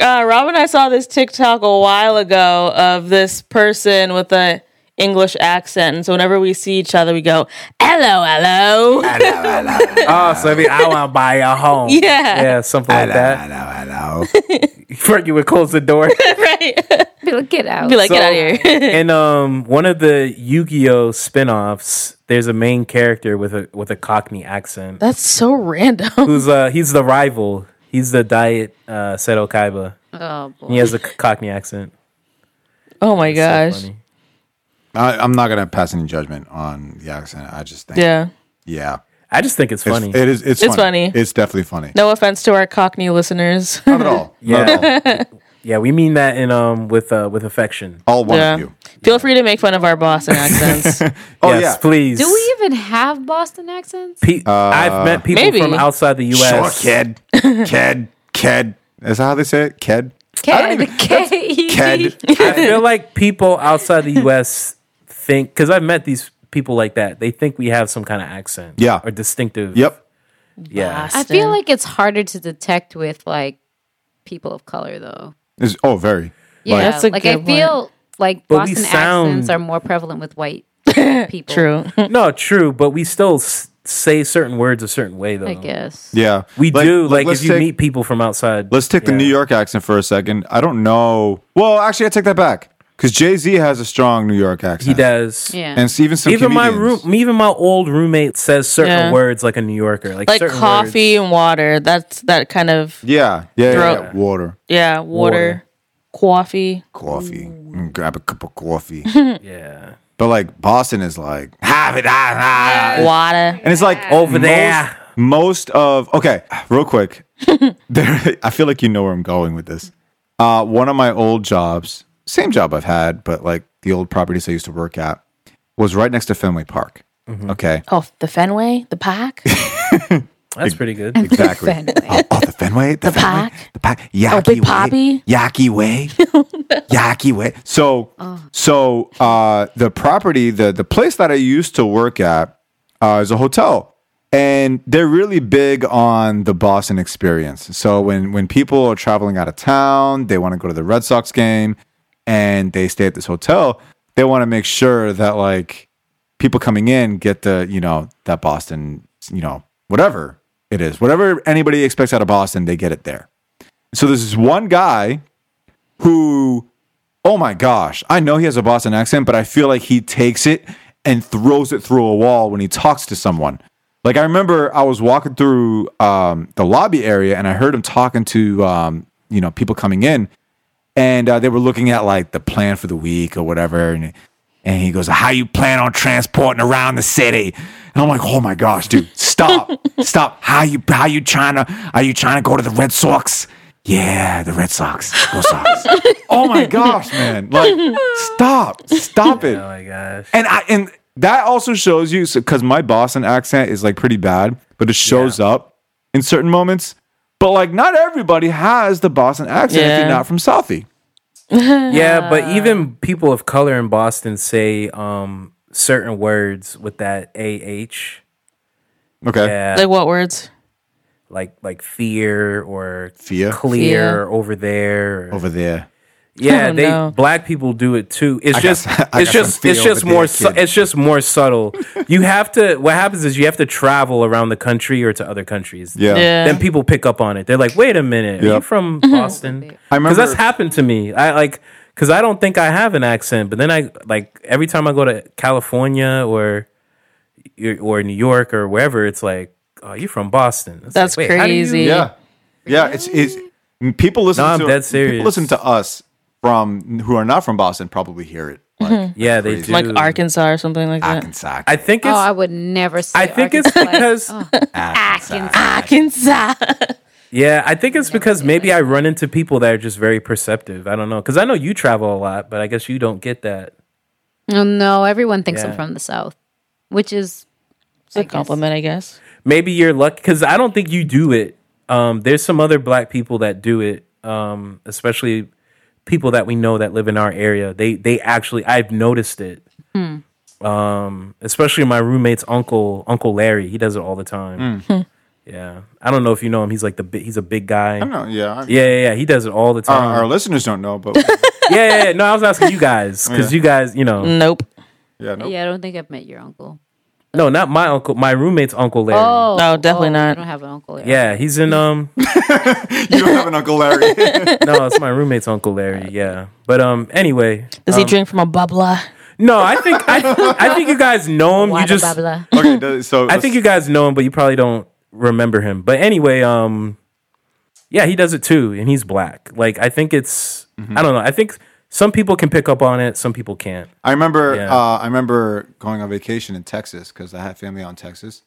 S4: uh, Rob and I saw this TikTok a while ago of this person with a English accent. And so whenever we see each other, we go, hello, hello.
S2: Oh, so I mean, I want to buy a home.
S4: Yeah. Ah,
S2: yeah, something like that.
S1: hello, hello.
S2: Fergie would close the door.
S4: right.
S3: Be like, Get out.
S4: be like,
S2: So-
S4: get out of here.
S2: and um, one of the Yu-Gi-Oh spin-offs, there's a main character with a with a Cockney accent.
S4: That's so random.
S2: Who's uh he's the rival. He's the diet uh Seto Kaiba.
S3: oh boy.
S2: He has a Cockney accent.
S4: Oh my gosh.
S2: Funny.
S1: I, I'm not going to pass any judgment on the accent. I just think,
S4: Yeah.
S1: yeah.
S2: I just think it's
S1: It's,
S2: funny.
S1: It is, it's,
S4: It's
S1: funny.
S4: funny.
S1: It's definitely funny.
S4: No offense to our Cockney listeners.
S1: Not at all. Not at all.
S2: yeah, we mean that in um with uh with affection.
S1: All one
S4: yeah.
S1: of you.
S4: Feel free to make fun of our Boston accents.
S1: Oh,
S2: yes,
S1: yeah. Uh,
S2: please.
S3: Do we even have Boston accents?
S2: Pe- I've met people
S4: Maybe.
S2: from outside the U.S.
S1: Sure, kid. Ked. Ked. Is that how they say it? Ked?
S3: Ked, Ked,
S1: Ked.
S2: I feel like people outside the U.S. think because I've met these people like that. They think we have some kind of accent.
S1: Yeah.
S2: or distinctive.
S1: Yep.
S2: Yeah.
S3: I feel like it's harder to detect with like people of color though.
S1: It's, oh, very.
S3: Yeah,
S4: That's a
S3: like I
S4: good one.
S3: feel like
S2: But we
S3: Boston
S2: sound-
S3: accents are more prevalent with white people.
S4: True.
S2: No, true, but we still s- say certain words a certain way, though.
S3: I guess.
S1: Yeah.
S2: We do.
S1: let-
S2: Like,
S1: let's
S2: if you
S1: take-
S2: meet people from outside,
S1: Let's take the
S2: yeah.
S1: New York accent for a second. I don't know. Well, actually, I take that back because Jay Z has a strong New York
S2: He
S1: accent.
S2: does.
S3: Yeah.
S1: And even some
S2: Even my
S1: comedians.
S2: room, even my old roommate says certain
S4: Yeah.
S2: words like a New Yorker, like,
S4: Like
S2: certain
S4: coffee
S2: words.
S4: and water. That's that kind of
S1: Yeah. Yeah. yeah,
S4: Throat.
S1: yeah. Water.
S4: yeah, water. Coffee.
S1: Coffee. Mm, grab a cup of coffee.
S2: Yeah.
S1: but like Boston is like, have it. ah, ah, ah."
S4: Water.
S1: And it's like
S2: Over
S1: most-
S2: there.
S1: Most of okay, real quick. there, I feel like you know where I'm going with this. Uh, one of my old jobs, same job I've had, but like the old properties I used to work at, was right next to Fenway Park. Okay,
S4: Oh, the Fenway, the pack,
S2: That's pretty good.
S1: exactly.
S3: Fenway.
S1: Oh, oh, the Fenway, the, Fenway,
S4: Pac.
S1: the pack, Yaki
S4: Big
S1: Way,
S4: Papi.
S1: Yaki Way, Yaki Way. So, so uh, the property, the the place that I used to work at uh, is a hotel, and they're really big on the Boston experience. So when when people are traveling out of town, they want to go to the Red Sox game, and they stay at this hotel. They want to make sure that like people coming in get the you know that Boston you know whatever it is whatever anybody expects out of Boston they get it there. So there's this one guy who oh my gosh I know he has a Boston accent but I feel like he takes it and throws it through a wall when he talks to someone. Like I remember I was walking through um, the lobby area and I heard him talking to um, you know people coming in and uh, they were looking at like the plan for the week or whatever and And he goes, How you plan on transporting around the city? And I'm like, Oh my gosh, dude, stop. stop. How you how you trying to are you trying to go to the Red Sox? Yeah, the Red Sox. Go Sox. oh my gosh, man. Like, stop. Stop it.
S2: Oh my gosh.
S1: And I and that also shows you because my Boston accent is like pretty bad, but it shows up in certain moments. But like, not everybody has the Boston accent if
S4: Yeah.
S1: you're not from Southie.
S2: Yeah, but even
S4: Uh.
S2: people of color in Boston say um certain words with that AH.
S1: Okay.
S2: Yeah.
S4: Like what words?
S2: like like fear or
S1: Fear?
S2: clear
S4: Fear.
S2: or over there.
S1: Over there.
S2: yeah,
S4: Oh,
S2: they
S4: no.
S2: black people do it too. It's
S1: I got
S2: just
S1: some- I got some
S2: it's just
S1: fear
S2: it's just
S1: over
S2: more
S1: there,
S2: su-
S1: kid.
S2: it's just more subtle. you have to what happens is you have to travel around the country or to other countries.
S1: Yeah.
S4: Yeah. Mm-hmm.
S2: Then people pick up on it. They're like, "Wait a minute, are you
S1: Yep.
S2: from Boston?"
S1: I remember-
S2: because that's happened to me. I like because I don't think I have an accent, but then I like every time I go to California or or New York or wherever, it's like, "Oh, you're from Boston." It's
S4: That's
S2: like, "Wait, how do you-
S4: crazy.
S1: Yeah. Yeah. It's it's people listen
S2: No, I'm
S1: to
S2: dead serious.
S1: people listen to us from who are not from Boston probably hear it. Like
S2: Mm-hmm. Yeah, they do.
S1: Crazy.
S4: Like Arkansas or something like that.
S1: Arkansas.
S2: I think
S3: Oh,
S2: it's.
S3: I would never say
S2: I think it's
S3: Arkansas.
S2: because.
S4: Oh.
S2: Ah.
S3: Arkansas.
S4: Arkansas.
S2: Yeah, I think it's because maybe I run into people that are just very perceptive. I don't know because I know you travel a lot, but I guess you don't get that.
S3: Oh, no, everyone thinks I'm
S2: Yeah.
S3: from the South, which is
S4: It's a compliment, I guess.
S2: Maybe you're lucky because I don't think you do it. Um, there's some other black people that do it, um, especially people that we know that live in our area. They they actually I've noticed it. Um, especially my roommate's uncle, Uncle Larry. He does it all the time. Yeah, I don't know if you know him. He's like the big, he's a big guy.
S1: No, yeah. I-
S2: Yeah, yeah, yeah. He does it all the
S1: Our,
S2: time.
S1: our listeners don't know, but
S2: yeah, yeah, yeah. No, I was asking you guys because you guys, you know,
S4: Nope.
S1: yeah, no.
S3: yeah. I don't think I've met your uncle.
S2: no, not my uncle, my roommate's uncle Larry.
S3: Oh
S4: No, definitely
S3: oh,
S4: not.
S3: I don't have an uncle. Here.
S2: Yeah, he's in um.
S1: you don't have an Uncle Larry.
S2: no, it's my roommate's uncle Larry. Yeah, but um. Anyway,
S4: Does he drink from a bubbler?
S2: no, I think I, I think you guys know him. You
S3: Wada
S2: just,
S3: blah, blah.
S1: okay, does- so
S2: I think you guys know him, but you probably don't remember him. But anyway, um, yeah, he does it too, and he's black. Like I think it's, I don't know. I think some people can pick up on it, some people can't.
S1: I remember
S2: Yeah.
S1: uh, I remember going on vacation in Texas because I had family out in Texas,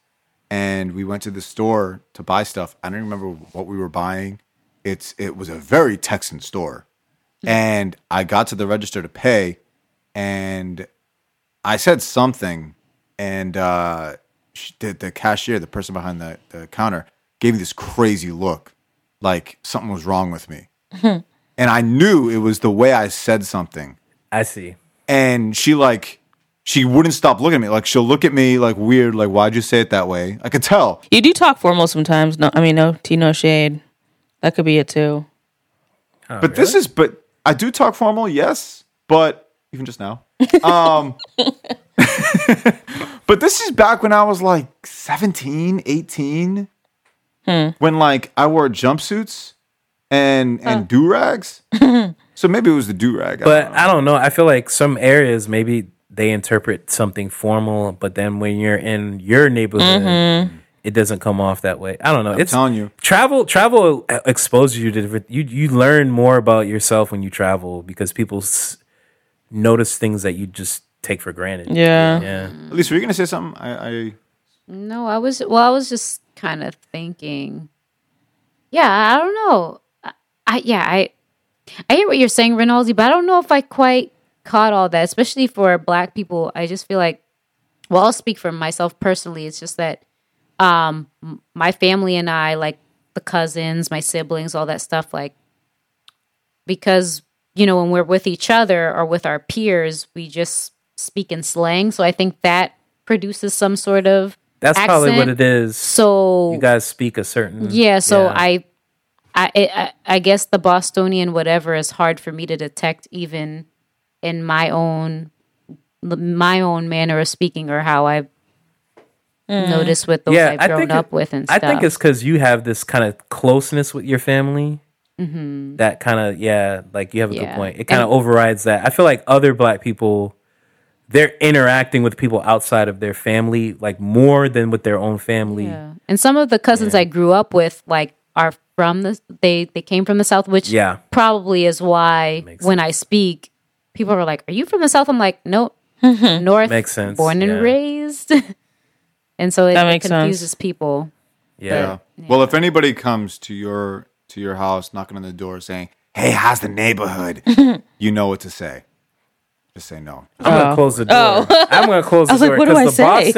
S1: and we went to the store to buy stuff. I don't remember what we were buying. It's it was a very Texan store, and I got to the register to pay, and I said something, and uh, she, the, the cashier, the person behind the, the counter, gave me this crazy look, like something was wrong with me, and I knew it was the way I said something
S2: I see.
S1: and she like she wouldn't stop looking at me like she'll look at me like weird like why'd you say it that way i could tell
S4: You do talk formal sometimes. No, I mean no tea, no shade. That could be it too.
S1: but this is but i do talk formal yes but even just now um but this is back when i was like 17 18 when like i wore jumpsuits and and do-rags so maybe it was the do-rag I
S2: But
S1: don't know.
S2: I don't know. I feel like some areas maybe they interpret something formal, but then when you're in your neighborhood,
S3: Mm-hmm.
S2: it doesn't come off that way. I don't know. it's
S1: telling you.
S2: travel travel uh, exposes you to different. You you learn more about yourself when you travel because people s- notice things that you just take for granted.
S4: Yeah.
S2: Yeah.
S1: at least were you gonna say something i, I
S3: No, I was well. I was just kind of thinking. Yeah, I don't know. I, I yeah, I I hear what you're saying, Rinaldi, but I don't know if I quite caught all that, especially for Black people. I just feel like, well, I'll speak for myself personally. It's just that um m- my family and I, like the cousins, my siblings, all that stuff, like because you know when we're with each other or with our peers we just speak in slang so i think that produces some sort of
S2: That's probably what
S3: accent.
S2: it is.
S3: so
S2: You guys speak a certain
S3: yeah so
S2: Yeah.
S3: I, I i i guess the bostonian whatever is hard for me to detect even in my own my own manner of speaking or how i've
S4: Mm.
S3: noticed with those i've grown
S2: it-
S3: up with and stuff
S2: I think it's because you have this kind of closeness with your family. That kind of yeah, like you have a good
S3: Yeah.
S2: point. It kind of overrides that. I feel like other black people, they're interacting with people outside of their family like more than with their own family. Yeah,
S3: Yeah. And some of the cousins I grew up with, like, are from the they they came from the south, which
S2: Yeah.
S3: probably is why when I speak, people are like, "Are you from the south?" I'm like, "Nope,
S4: Mm-hmm.
S3: North,
S2: Makes sense,
S3: born and
S2: yeah.
S3: raised, and so it,
S4: That
S3: it
S4: makes sense.
S3: confuses people.
S2: Yeah.
S1: Well, if anybody comes to your to your house knocking on the door saying, "Hey, how's the neighborhood?" you know what to say. Just say no.
S2: I'm gonna close the door. I'm gonna close the
S4: was like,
S2: door
S4: what do
S2: because the
S4: I say?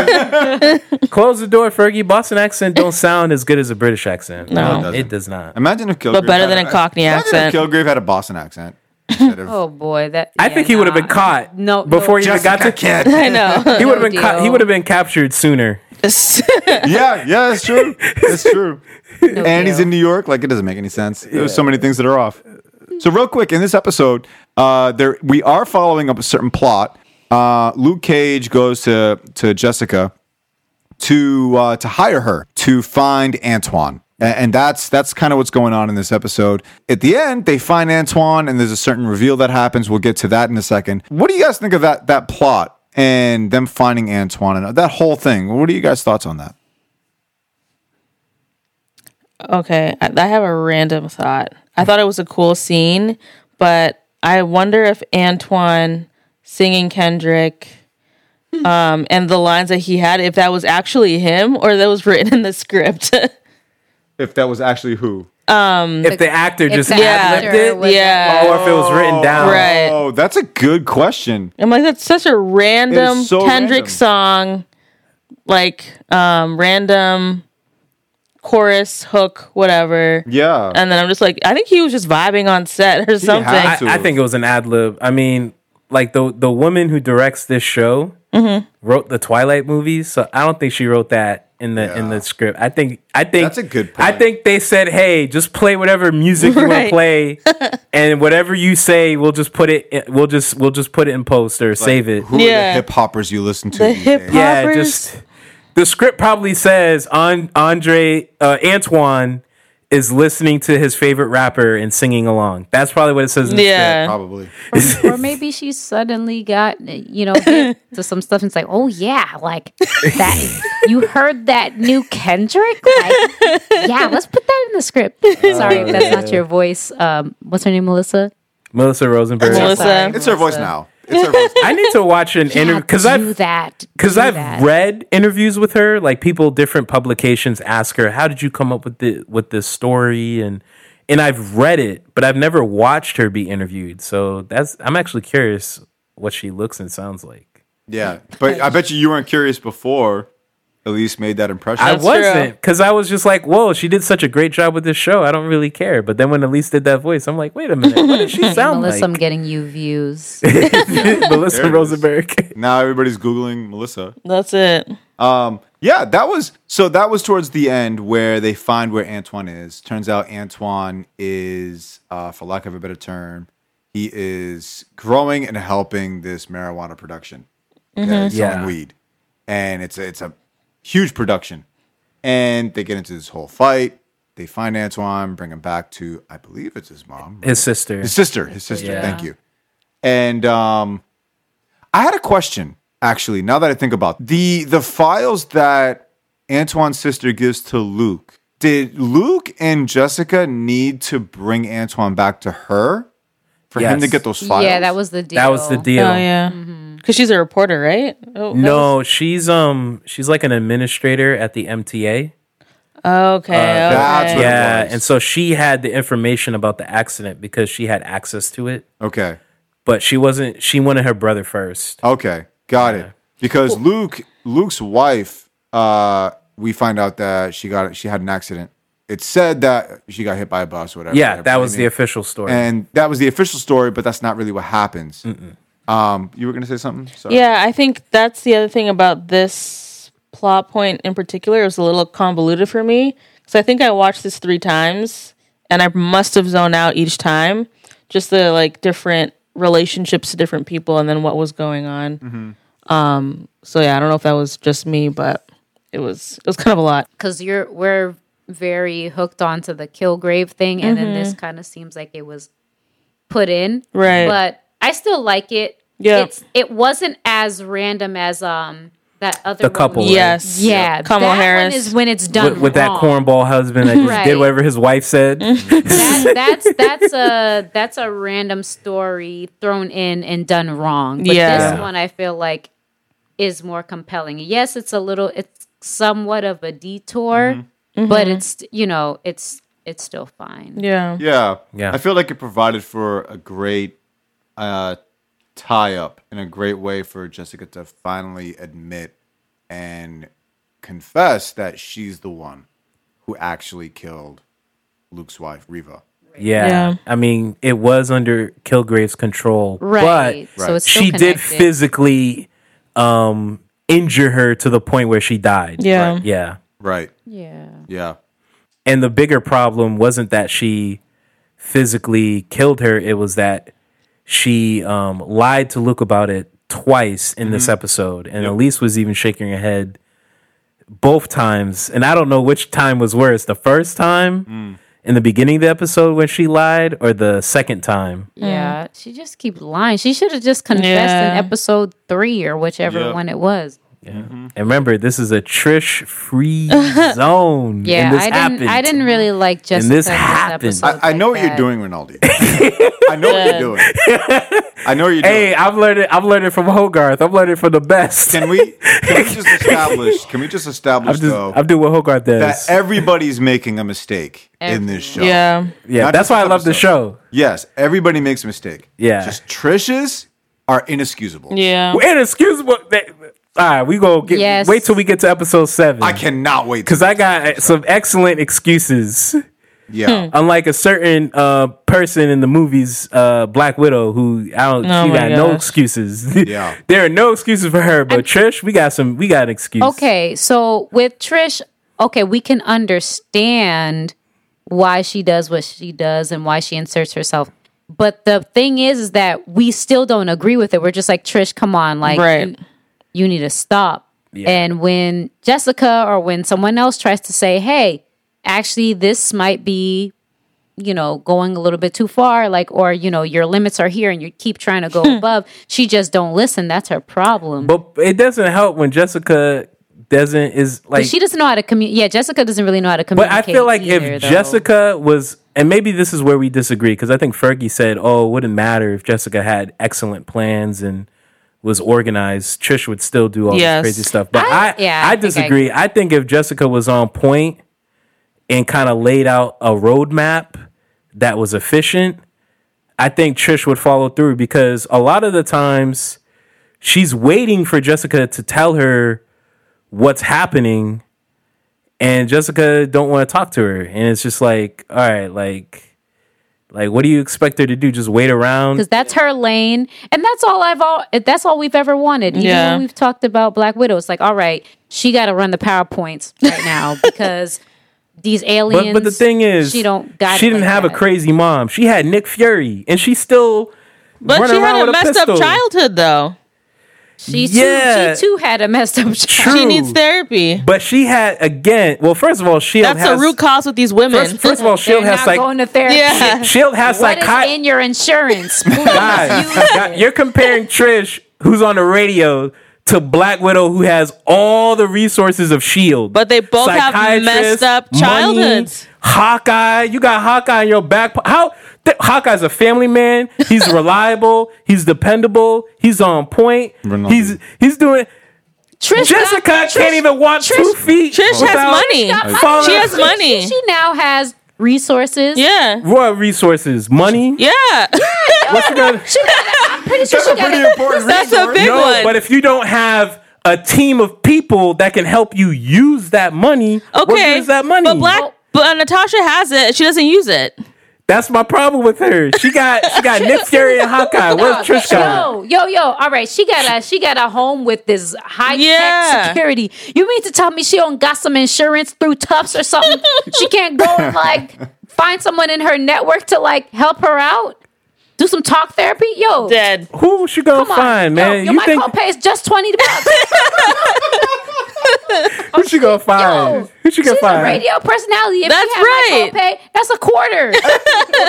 S2: Boston accent. close the door, Fergie. Boston accent don't sound as good as a British accent.
S4: No.
S1: it doesn't.
S2: it does not.
S1: Imagine if Kilgrave
S4: better
S1: had
S4: than a Cockney
S1: imagine if
S4: accent.
S1: Kilgrave had a Boston accent. instead of
S3: Oh boy, that
S2: I
S3: yeah,
S2: think he would have been
S3: nah.
S2: caught.
S3: No,
S2: before
S3: no.
S2: he even got
S1: Jessica
S2: to.
S1: Kidd.
S4: I know.
S2: He would have
S3: No
S2: been caught. He
S3: deal.
S2: would have been captured sooner.
S1: yeah, yeah, it's true. It's true. and he's
S3: deal.
S1: in New York. Like it doesn't make any sense. There's so many things that are off. So real quick in this episode, uh, there we are following up a certain plot. Uh, Luke Cage goes to to Jessica to uh, to hire her to find Antoine. A- And that's that's kind of what's going on in this episode. At the end, they find Antoine, and there's a certain reveal that happens. We'll get to that in a second. What do you guys think of that that plot and them finding Antoine and that whole thing? What are you guys' thoughts on that?
S4: Okay, I, I have a random thought. I thought it was a cool scene, but I wonder if Antoine singing Kendrick um, and the lines that he had, if that was actually him or that was written in the script.
S1: If that was actually who?
S2: If the actor
S3: If
S2: just
S3: the
S2: ad libbed
S3: actor
S2: it,
S3: was-
S4: yeah.
S2: or if it was written down.
S4: Right.
S1: Oh, that's a good question.
S4: I'm like, that's such a random
S1: so
S4: Kendrick
S1: random.
S4: song, like um, random chorus, hook, whatever.
S1: Yeah.
S4: And then I'm just like, I think he was just vibing on set or something.
S1: had to.
S2: I, I think it was an ad lib. I mean, like the the woman who directs this show wrote the Twilight movies, so I don't think she wrote that in the in the script. I think I think
S1: That's a good
S2: I
S1: point.
S2: think they said, "Hey, just play whatever music you want to
S4: Right.
S2: play, and whatever you say, we'll just put it. In, we'll just we'll just put it in post or save it."
S1: who are the
S4: Yeah.
S1: hip hoppers you listen to?
S4: The
S1: these
S4: hip-
S1: days?
S2: yeah,
S4: Poppers.
S2: just the script probably says on Andre uh, Antoine is listening to his favorite rapper and singing along. That's probably what it says. In the
S4: yeah.
S1: Probably.
S3: or maybe she suddenly got uh, you know hit to some stuff and it's like oh yeah like that you heard that new kendrick like, yeah let's put that in the script
S2: Oh,
S3: sorry if that's not your voice um what's her name melissa
S2: Melissa Rosenberg.
S4: Melissa.
S3: Sorry.
S1: It's her voice now. It's her voice. Now.
S2: I need to watch an interview because
S3: Yeah, do
S2: I've
S3: that
S2: because
S3: do
S2: I've
S3: that.
S2: read interviews with her. Like people, different publications ask her, "How did you come up with the with this story?" and and I've read it, but I've never watched her be interviewed. So that's I'm actually curious what she looks and sounds like.
S1: Yeah, but I bet you you weren't curious before. Elise made that impression.
S2: I
S4: That's true.
S2: wasn't because I was just like, "Whoa, she did such a great job with this show. I don't really care." But then when Elise did that voice, I'm like, "Wait a minute, what does she sound
S3: melissa i'm
S2: like?"
S3: getting you views
S2: Melissa
S1: There it is.
S2: Rosenberg.
S1: now everybody's googling Melissa.
S4: That's it.
S1: Um, Yeah, that was so. That was towards the end where they find where Antoine is. Turns out Antoine is, uh, for lack of a better term, he is growing and helping this marijuana production. Okay, selling
S2: Yeah.
S1: weed, and it's a, it's a huge production. And they get into this whole fight. They find Antoine, bring him back to, I believe it's his mom.
S2: His sister.
S1: His sister. His sister.
S2: Yeah.
S1: Thank you. And um, I had a question actually. Now that I think about it. the the files that Antoine's sister gives to Luke, did Luke and Jessica need to bring Antoine back to her for him to
S2: Yes.
S1: get those files?
S3: yeah that was the deal
S2: That was the deal.
S4: Oh, yeah. Because
S3: Mm-hmm.
S4: she's a reporter, right? Oh, that was-
S2: No, she's um she's like an administrator at the MTA.
S4: Oh, Okay.
S1: that's
S4: okay.
S1: what-
S2: Yeah,
S1: was.
S2: and so she had the information about the accident because she had access to it,
S1: okay.
S2: but she wasn't she wanted her brother first.
S1: Okay, got it. Because Luke, Luke's wife, uh, we find out that she got she had an accident. It said that she got hit by a bus or whatever.
S2: Yeah, that was the
S1: official.
S2: official story.
S1: and that was the official story, but that's not really what happens. Um, you were gonna say something? Sorry.
S4: Yeah, I think that's the other thing about this plot point in particular. It was a little convoluted for me because I think I watched this three times and I must have zoned out each time. Just the like different relationships to different people and then what was going on. Um, so yeah, I don't know if that was just me, but it was it was kind of a lot.
S3: because you're we're very hooked onto the Kilgrave thing, and then this kind of seems like it was put in,
S4: Right.
S3: But I still like it.
S4: Yeah.
S3: it's, it wasn't as random as um that
S2: The
S3: other one
S2: couple,
S3: was-
S2: right?
S4: Yes.
S3: Yeah,
S4: Kamala
S3: that
S4: Harris.
S3: one is when it's done
S2: with, with that
S3: wrong.
S2: cornball husband that just
S3: Right.
S2: did whatever his wife said.
S3: That, that's that's a that's a random story thrown in and done wrong. But
S4: Yeah.
S3: this one I feel like is more compelling. Yes, it's a little it's somewhat of a
S2: Mm-hmm.
S3: detour, but it's you know, it's it's still fine.
S4: Mm-hmm. Yeah.
S1: Yeah.
S2: Yeah.
S1: I feel like it provided for a great uh, tie up and a great way for Jessica to finally admit and confess that she's the one who actually killed Luke's wife, Reva.
S2: Yeah.
S4: Yeah.
S2: I mean, it was under Kilgrave's control.
S3: Right.
S2: But
S3: So it's still
S2: she did
S3: connected.
S2: physically um injure her to the point where she died.
S4: Yeah.
S1: Right.
S2: Yeah.
S1: Right.
S3: Yeah.
S1: Yeah.
S2: And the bigger problem wasn't that she physically killed her, it was that she um lied to Luke about it twice in
S1: Mm-hmm.
S2: this episode. And Elise was even shaking her head both times. And I don't know which time was worse. The first time
S1: Mm.
S2: in the beginning of the episode when she lied or the second time.
S3: Yeah. Uh, She just keeps lying. She should have just confessed
S4: Yeah.
S3: in episode three or whichever
S1: Yep.
S3: one it was.
S1: Mm-hmm.
S2: And remember, this is a Trish free zone.
S3: Yeah,
S2: and this
S3: I didn't.
S2: happened.
S3: I didn't really like Jessica.
S2: And this
S3: in
S2: happened.
S3: episode
S1: I, I
S3: like
S1: know what you're
S3: that.
S1: doing, Rinaldi. I know what you're doing. I know what you're doing.
S2: Hey, I've learned it. I've learned it from Hogarth. I've learned it from the best.
S1: Can we can we just establish can we just
S2: I'm
S1: establish
S2: just.
S1: though
S2: I'm doing what Hogarth
S1: that
S2: does.
S1: everybody's making a mistake in this show.
S4: Yeah.
S2: yeah,
S1: not
S2: that's
S1: just
S2: why I
S1: this
S2: love the
S1: episode.
S2: show.
S1: Yes, everybody makes a mistake.
S2: Yeah.
S1: Just Trish's are inexcusable.
S4: Yeah.
S2: And excuse me. that- All right, we go. Get,
S3: Yes.
S2: Wait till we get to episode seven.
S1: I cannot wait.
S2: Because I got uh, some excellent excuses.
S4: Hmm.
S1: yeah.
S2: Unlike a certain uh, person in the movies, uh, Black Widow, who I don't,
S4: Oh
S2: she
S4: my
S2: got no
S4: gosh.
S2: excuses.
S1: Yeah.
S2: there are no excuses for her. But Trish, we got some. We got an excuse.
S3: Okay, so with Trish, okay, we can understand why she does what she does and why she inserts herself. But the thing is, is that we still don't agree with it. We're just like Trish, come on, like
S4: Right.
S3: you, you need to stop. And when Jessica or when someone else tries to say, "Hey, actually, this might be." You know, going a little bit too far, like, or you know, your limits are here, and you keep trying to go above. She just don't listen. That's her problem.
S2: But it doesn't help when Jessica doesn't is like.
S3: But she doesn't know how to communicate. Yeah, Jessica doesn't really know how to
S2: but
S3: communicate.
S2: I feel like
S3: either,
S2: if
S3: though.
S2: Jessica was, and maybe this is where we disagree because I think Fergie said, "Oh, it wouldn't matter if Jessica had excellent plans and was organized. Trish would still do all
S4: Yes.
S2: this crazy stuff." But I,
S3: I- yeah, I
S2: I
S3: think I
S2: disagree. I think if Jessica was on point and kind of laid out a roadmap that was efficient, I think Trish would follow through because a lot of the times she's waiting for Jessica to tell her what's happening and Jessica don't want to talk to her and it's just like all right like like what do you expect her to do just wait around
S3: because that's her lane, and that's all I've all that's all we've ever wanted. Even
S4: Yeah.
S3: when we've talked about Black Widow, it's like, all right, she got to run the powerpoints right now because these aliens.
S2: but, but the thing is
S3: she don't got.
S2: she
S3: it
S2: didn't
S3: like
S2: have a
S3: that.
S2: crazy mom she had Nick Fury and she still
S4: But
S2: running
S4: she
S2: around
S4: had
S2: with
S4: a
S2: a
S4: messed
S2: pistol.
S4: up childhood, though.
S3: She
S2: Yeah.
S3: too, she too had a messed up.
S2: True.
S3: Child.
S4: She needs therapy.
S2: but she had again well first of all Shield
S4: That's
S2: has
S4: a root cause with these women.
S2: first, first of all
S3: They're
S2: Shield has
S3: not
S2: like
S3: going to therapy.
S4: yeah.
S2: Shield has
S3: What is
S2: psychi-
S3: in your insurance? Please
S2: Guys,
S3: use
S2: guys,
S3: it.
S2: you're comparing Trish, who's on the radio, to Black Widow, who has all the resources of Shield.
S4: But they both have
S2: E Psychiatrist,
S4: messed up
S2: money,
S4: childhoods.
S2: Hawkeye, you got Hawkeye in your back. po- How th- Hawkeye's a family man. He's reliable. he's dependable. He's on point.
S1: Ronaldo.
S2: He's he's doing.
S3: Trish
S2: Jessica
S3: got-
S2: can't
S3: Trish-
S2: even walk two feet.
S4: Trish has
S2: without
S4: money. She
S2: falling-
S4: She has money.
S3: She now has resources.
S4: Yeah.
S2: What resources? Money.
S4: Yeah.
S2: What's she gonna-
S3: She got it. I'm pretty sure
S1: That's
S3: she
S1: a
S3: got
S1: pretty
S3: it.
S1: important
S4: That's a
S1: resource.
S4: big
S2: no,
S4: one.
S2: but if you don't have a team of people that can help you use that money, what good
S4: Okay.
S2: is that money?
S4: But black. But Natasha has it. She doesn't use it.
S2: That's my problem with her. She got she got Nick Fury and Hawkeye. Where's Trish got?
S3: Yo, yo, yo! All right, she got a she got a home with this high tech
S4: Yeah.
S3: security. You mean to tell me she don't got some insurance through Tufts or something? she can't go and like find someone in her network to like help her out, do some talk therapy. Yo,
S4: Dead.
S2: Who she gonna
S3: come on.
S2: find,
S3: Yo,
S2: man?
S3: yo,
S2: you
S3: my
S2: think
S3: copay is just twenty bucks.
S2: Who'd you go find?
S3: Yo,
S2: Who'd you go
S3: she's
S2: find?
S3: a radio personality. If
S4: That's
S3: that's right.
S4: right.
S3: that's a quarter.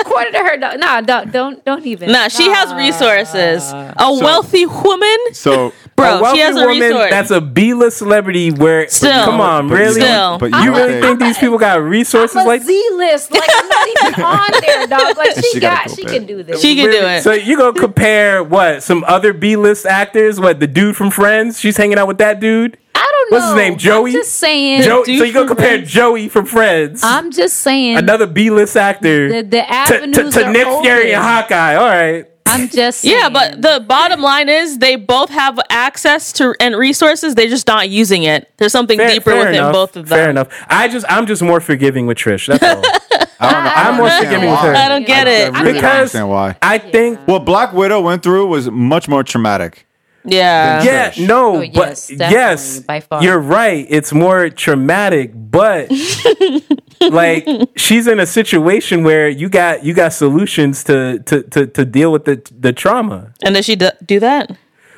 S3: a quarter to her. dog. Nah, don't don't don't even.
S4: Nah, she has resources. A wealthy woman,
S1: So
S4: bro.
S2: a wealthy
S4: she has a
S2: woman
S4: resource.
S2: that's a B-list celebrity. Where
S4: Still.
S2: come on,
S1: but
S2: really?
S1: You,
S4: Still.
S1: But
S2: You
S1: you
S2: really think these people got resources
S3: I'm a
S2: like?
S3: Z list. Like I'm not even on there, dog. Like she,
S1: She gotta
S3: got,
S1: go
S3: she
S1: back.
S3: can do this.
S4: she can do
S2: Really?
S4: it.
S2: So you gonna compare what some other B-list actors? What the dude from Friends? She's hanging out with that dude.
S3: I don't know.
S2: What's his name, Joey?
S3: I'm just saying.
S2: Joey.
S4: dude
S2: So you gonna
S4: from
S2: compare
S4: Friends.
S2: Joey from Friends?
S3: I'm just saying.
S2: another B-list actor.
S3: the, the
S2: to, to,
S3: avenues
S2: to
S3: are
S2: Nick Fury
S3: open.
S2: and Hawkeye. All right.
S3: I'm just saying.
S4: yeah, but the bottom line is they both have access to and resources. They're just not using it. There's something
S2: Fair,
S4: deeper
S2: fair
S4: within
S2: enough,
S4: both of them.
S2: Fair enough. I just I'm just more forgiving with Trish. That's all.
S1: I don't know.
S3: I
S2: I'm more
S1: understand
S2: forgiving with
S1: why.
S2: her.
S4: I don't get it.
S1: I really don't
S2: Because-
S1: understand why.
S2: I think
S1: What Black Widow went through was much more traumatic.
S4: Yeah.
S2: yeah,
S1: Trish.
S2: no,
S3: Oh, yes,
S2: but
S3: definitely,
S2: yes,
S3: by far.
S2: you're right. It's more traumatic, but like she's in a situation where you got you got solutions to to to, to deal with the the trauma.
S4: And does she do, do that?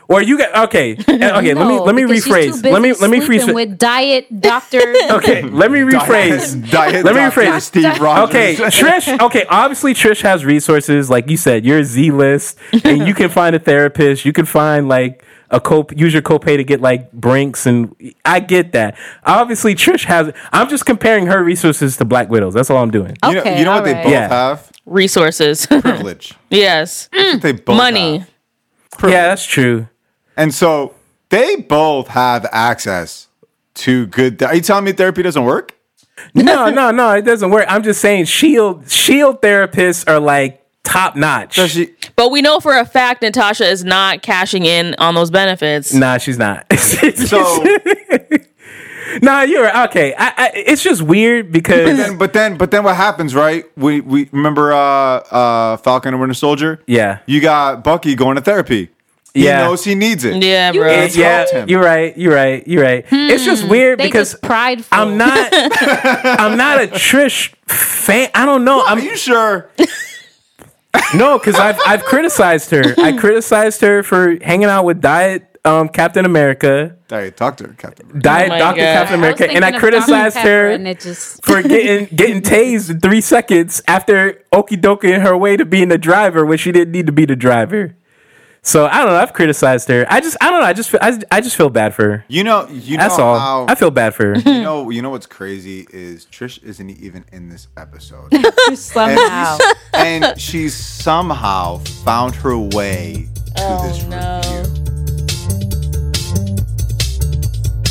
S2: Or you got okay, uh, okay. let me
S3: No,
S2: let me
S3: because she's too
S2: rephrase.
S3: busy
S2: Let me let me
S3: sleeping
S2: rephrase.
S3: with diet doctor.
S2: Okay, let me rephrase.
S1: Diet
S2: Let me
S1: Dr.
S2: rephrase.
S1: Steve Rogers.
S2: Okay, Trish. Okay, obviously Trish has resources, like you said. You're a Z list, and you can find a therapist. You can find like a co use your copay to get like Brinks, and I get that. Obviously, Trish has. I'm just comparing her resources to Black Widows. That's all I'm doing.
S1: You know,
S3: Okay,
S1: you know what they
S3: alright.
S1: both
S2: Yeah.
S1: have?
S4: Resources.
S1: Privilege.
S4: yes.
S1: they both
S4: Hmm. Money.
S1: have.
S2: Yeah, that's true.
S1: And so they both have access to good. Are you telling me therapy doesn't work?
S2: No, no, no. It doesn't work. I'm just saying, Shield Shield therapists are like top
S1: Does
S2: notch.
S1: she?
S4: But we know for a fact Natasha is not cashing in on those benefits.
S2: Nah, she's not.
S1: So
S2: nah, you're okay. I, I, it's just weird because
S1: then, but then, but then, what happens? Right? We we remember uh, uh, Falcon and Winter Soldier.
S2: Yeah.
S1: You got Bucky going to therapy. He
S2: Yeah.
S1: knows he needs it.
S4: Yeah, bro.
S2: It-
S1: That's
S2: yeah,
S1: helped him.
S2: you're right. You're right. You're right. It's just weird
S3: Hmm. They
S2: because
S3: just prideful.
S2: I'm not. I'm not a Trish fan. I don't know.
S1: Are
S2: I'm
S1: you sure?
S2: no because I've I've criticized her. I criticized her for hanging out with Diet um, Captain America,
S1: Diet Doctor Captain.
S2: Diet
S4: my
S2: Doctor
S4: God.
S2: Captain
S3: Oh I was
S2: America, and
S3: thinking
S2: I
S3: of
S2: criticized
S3: Dr. Pepper
S2: her
S3: And it just
S2: for getting getting tased in three seconds after okidoking her way to being the driver when she didn't need to be the driver. So I don't know. I've criticized her. I just I don't know. I just feel- I, I just feel bad for her.
S1: You know. You
S2: That's
S1: know
S2: all.
S1: how.
S2: I feel bad for her.
S1: you know. You know what's crazy is Trish isn't even in this episode.
S3: somehow.
S1: and, and she somehow found her way to this review.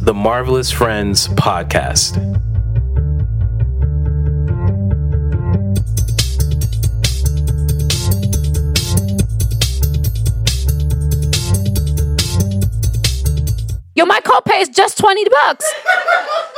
S5: the Marvelous Friends Podcast.
S3: Yo, my copay is just 20 bucks.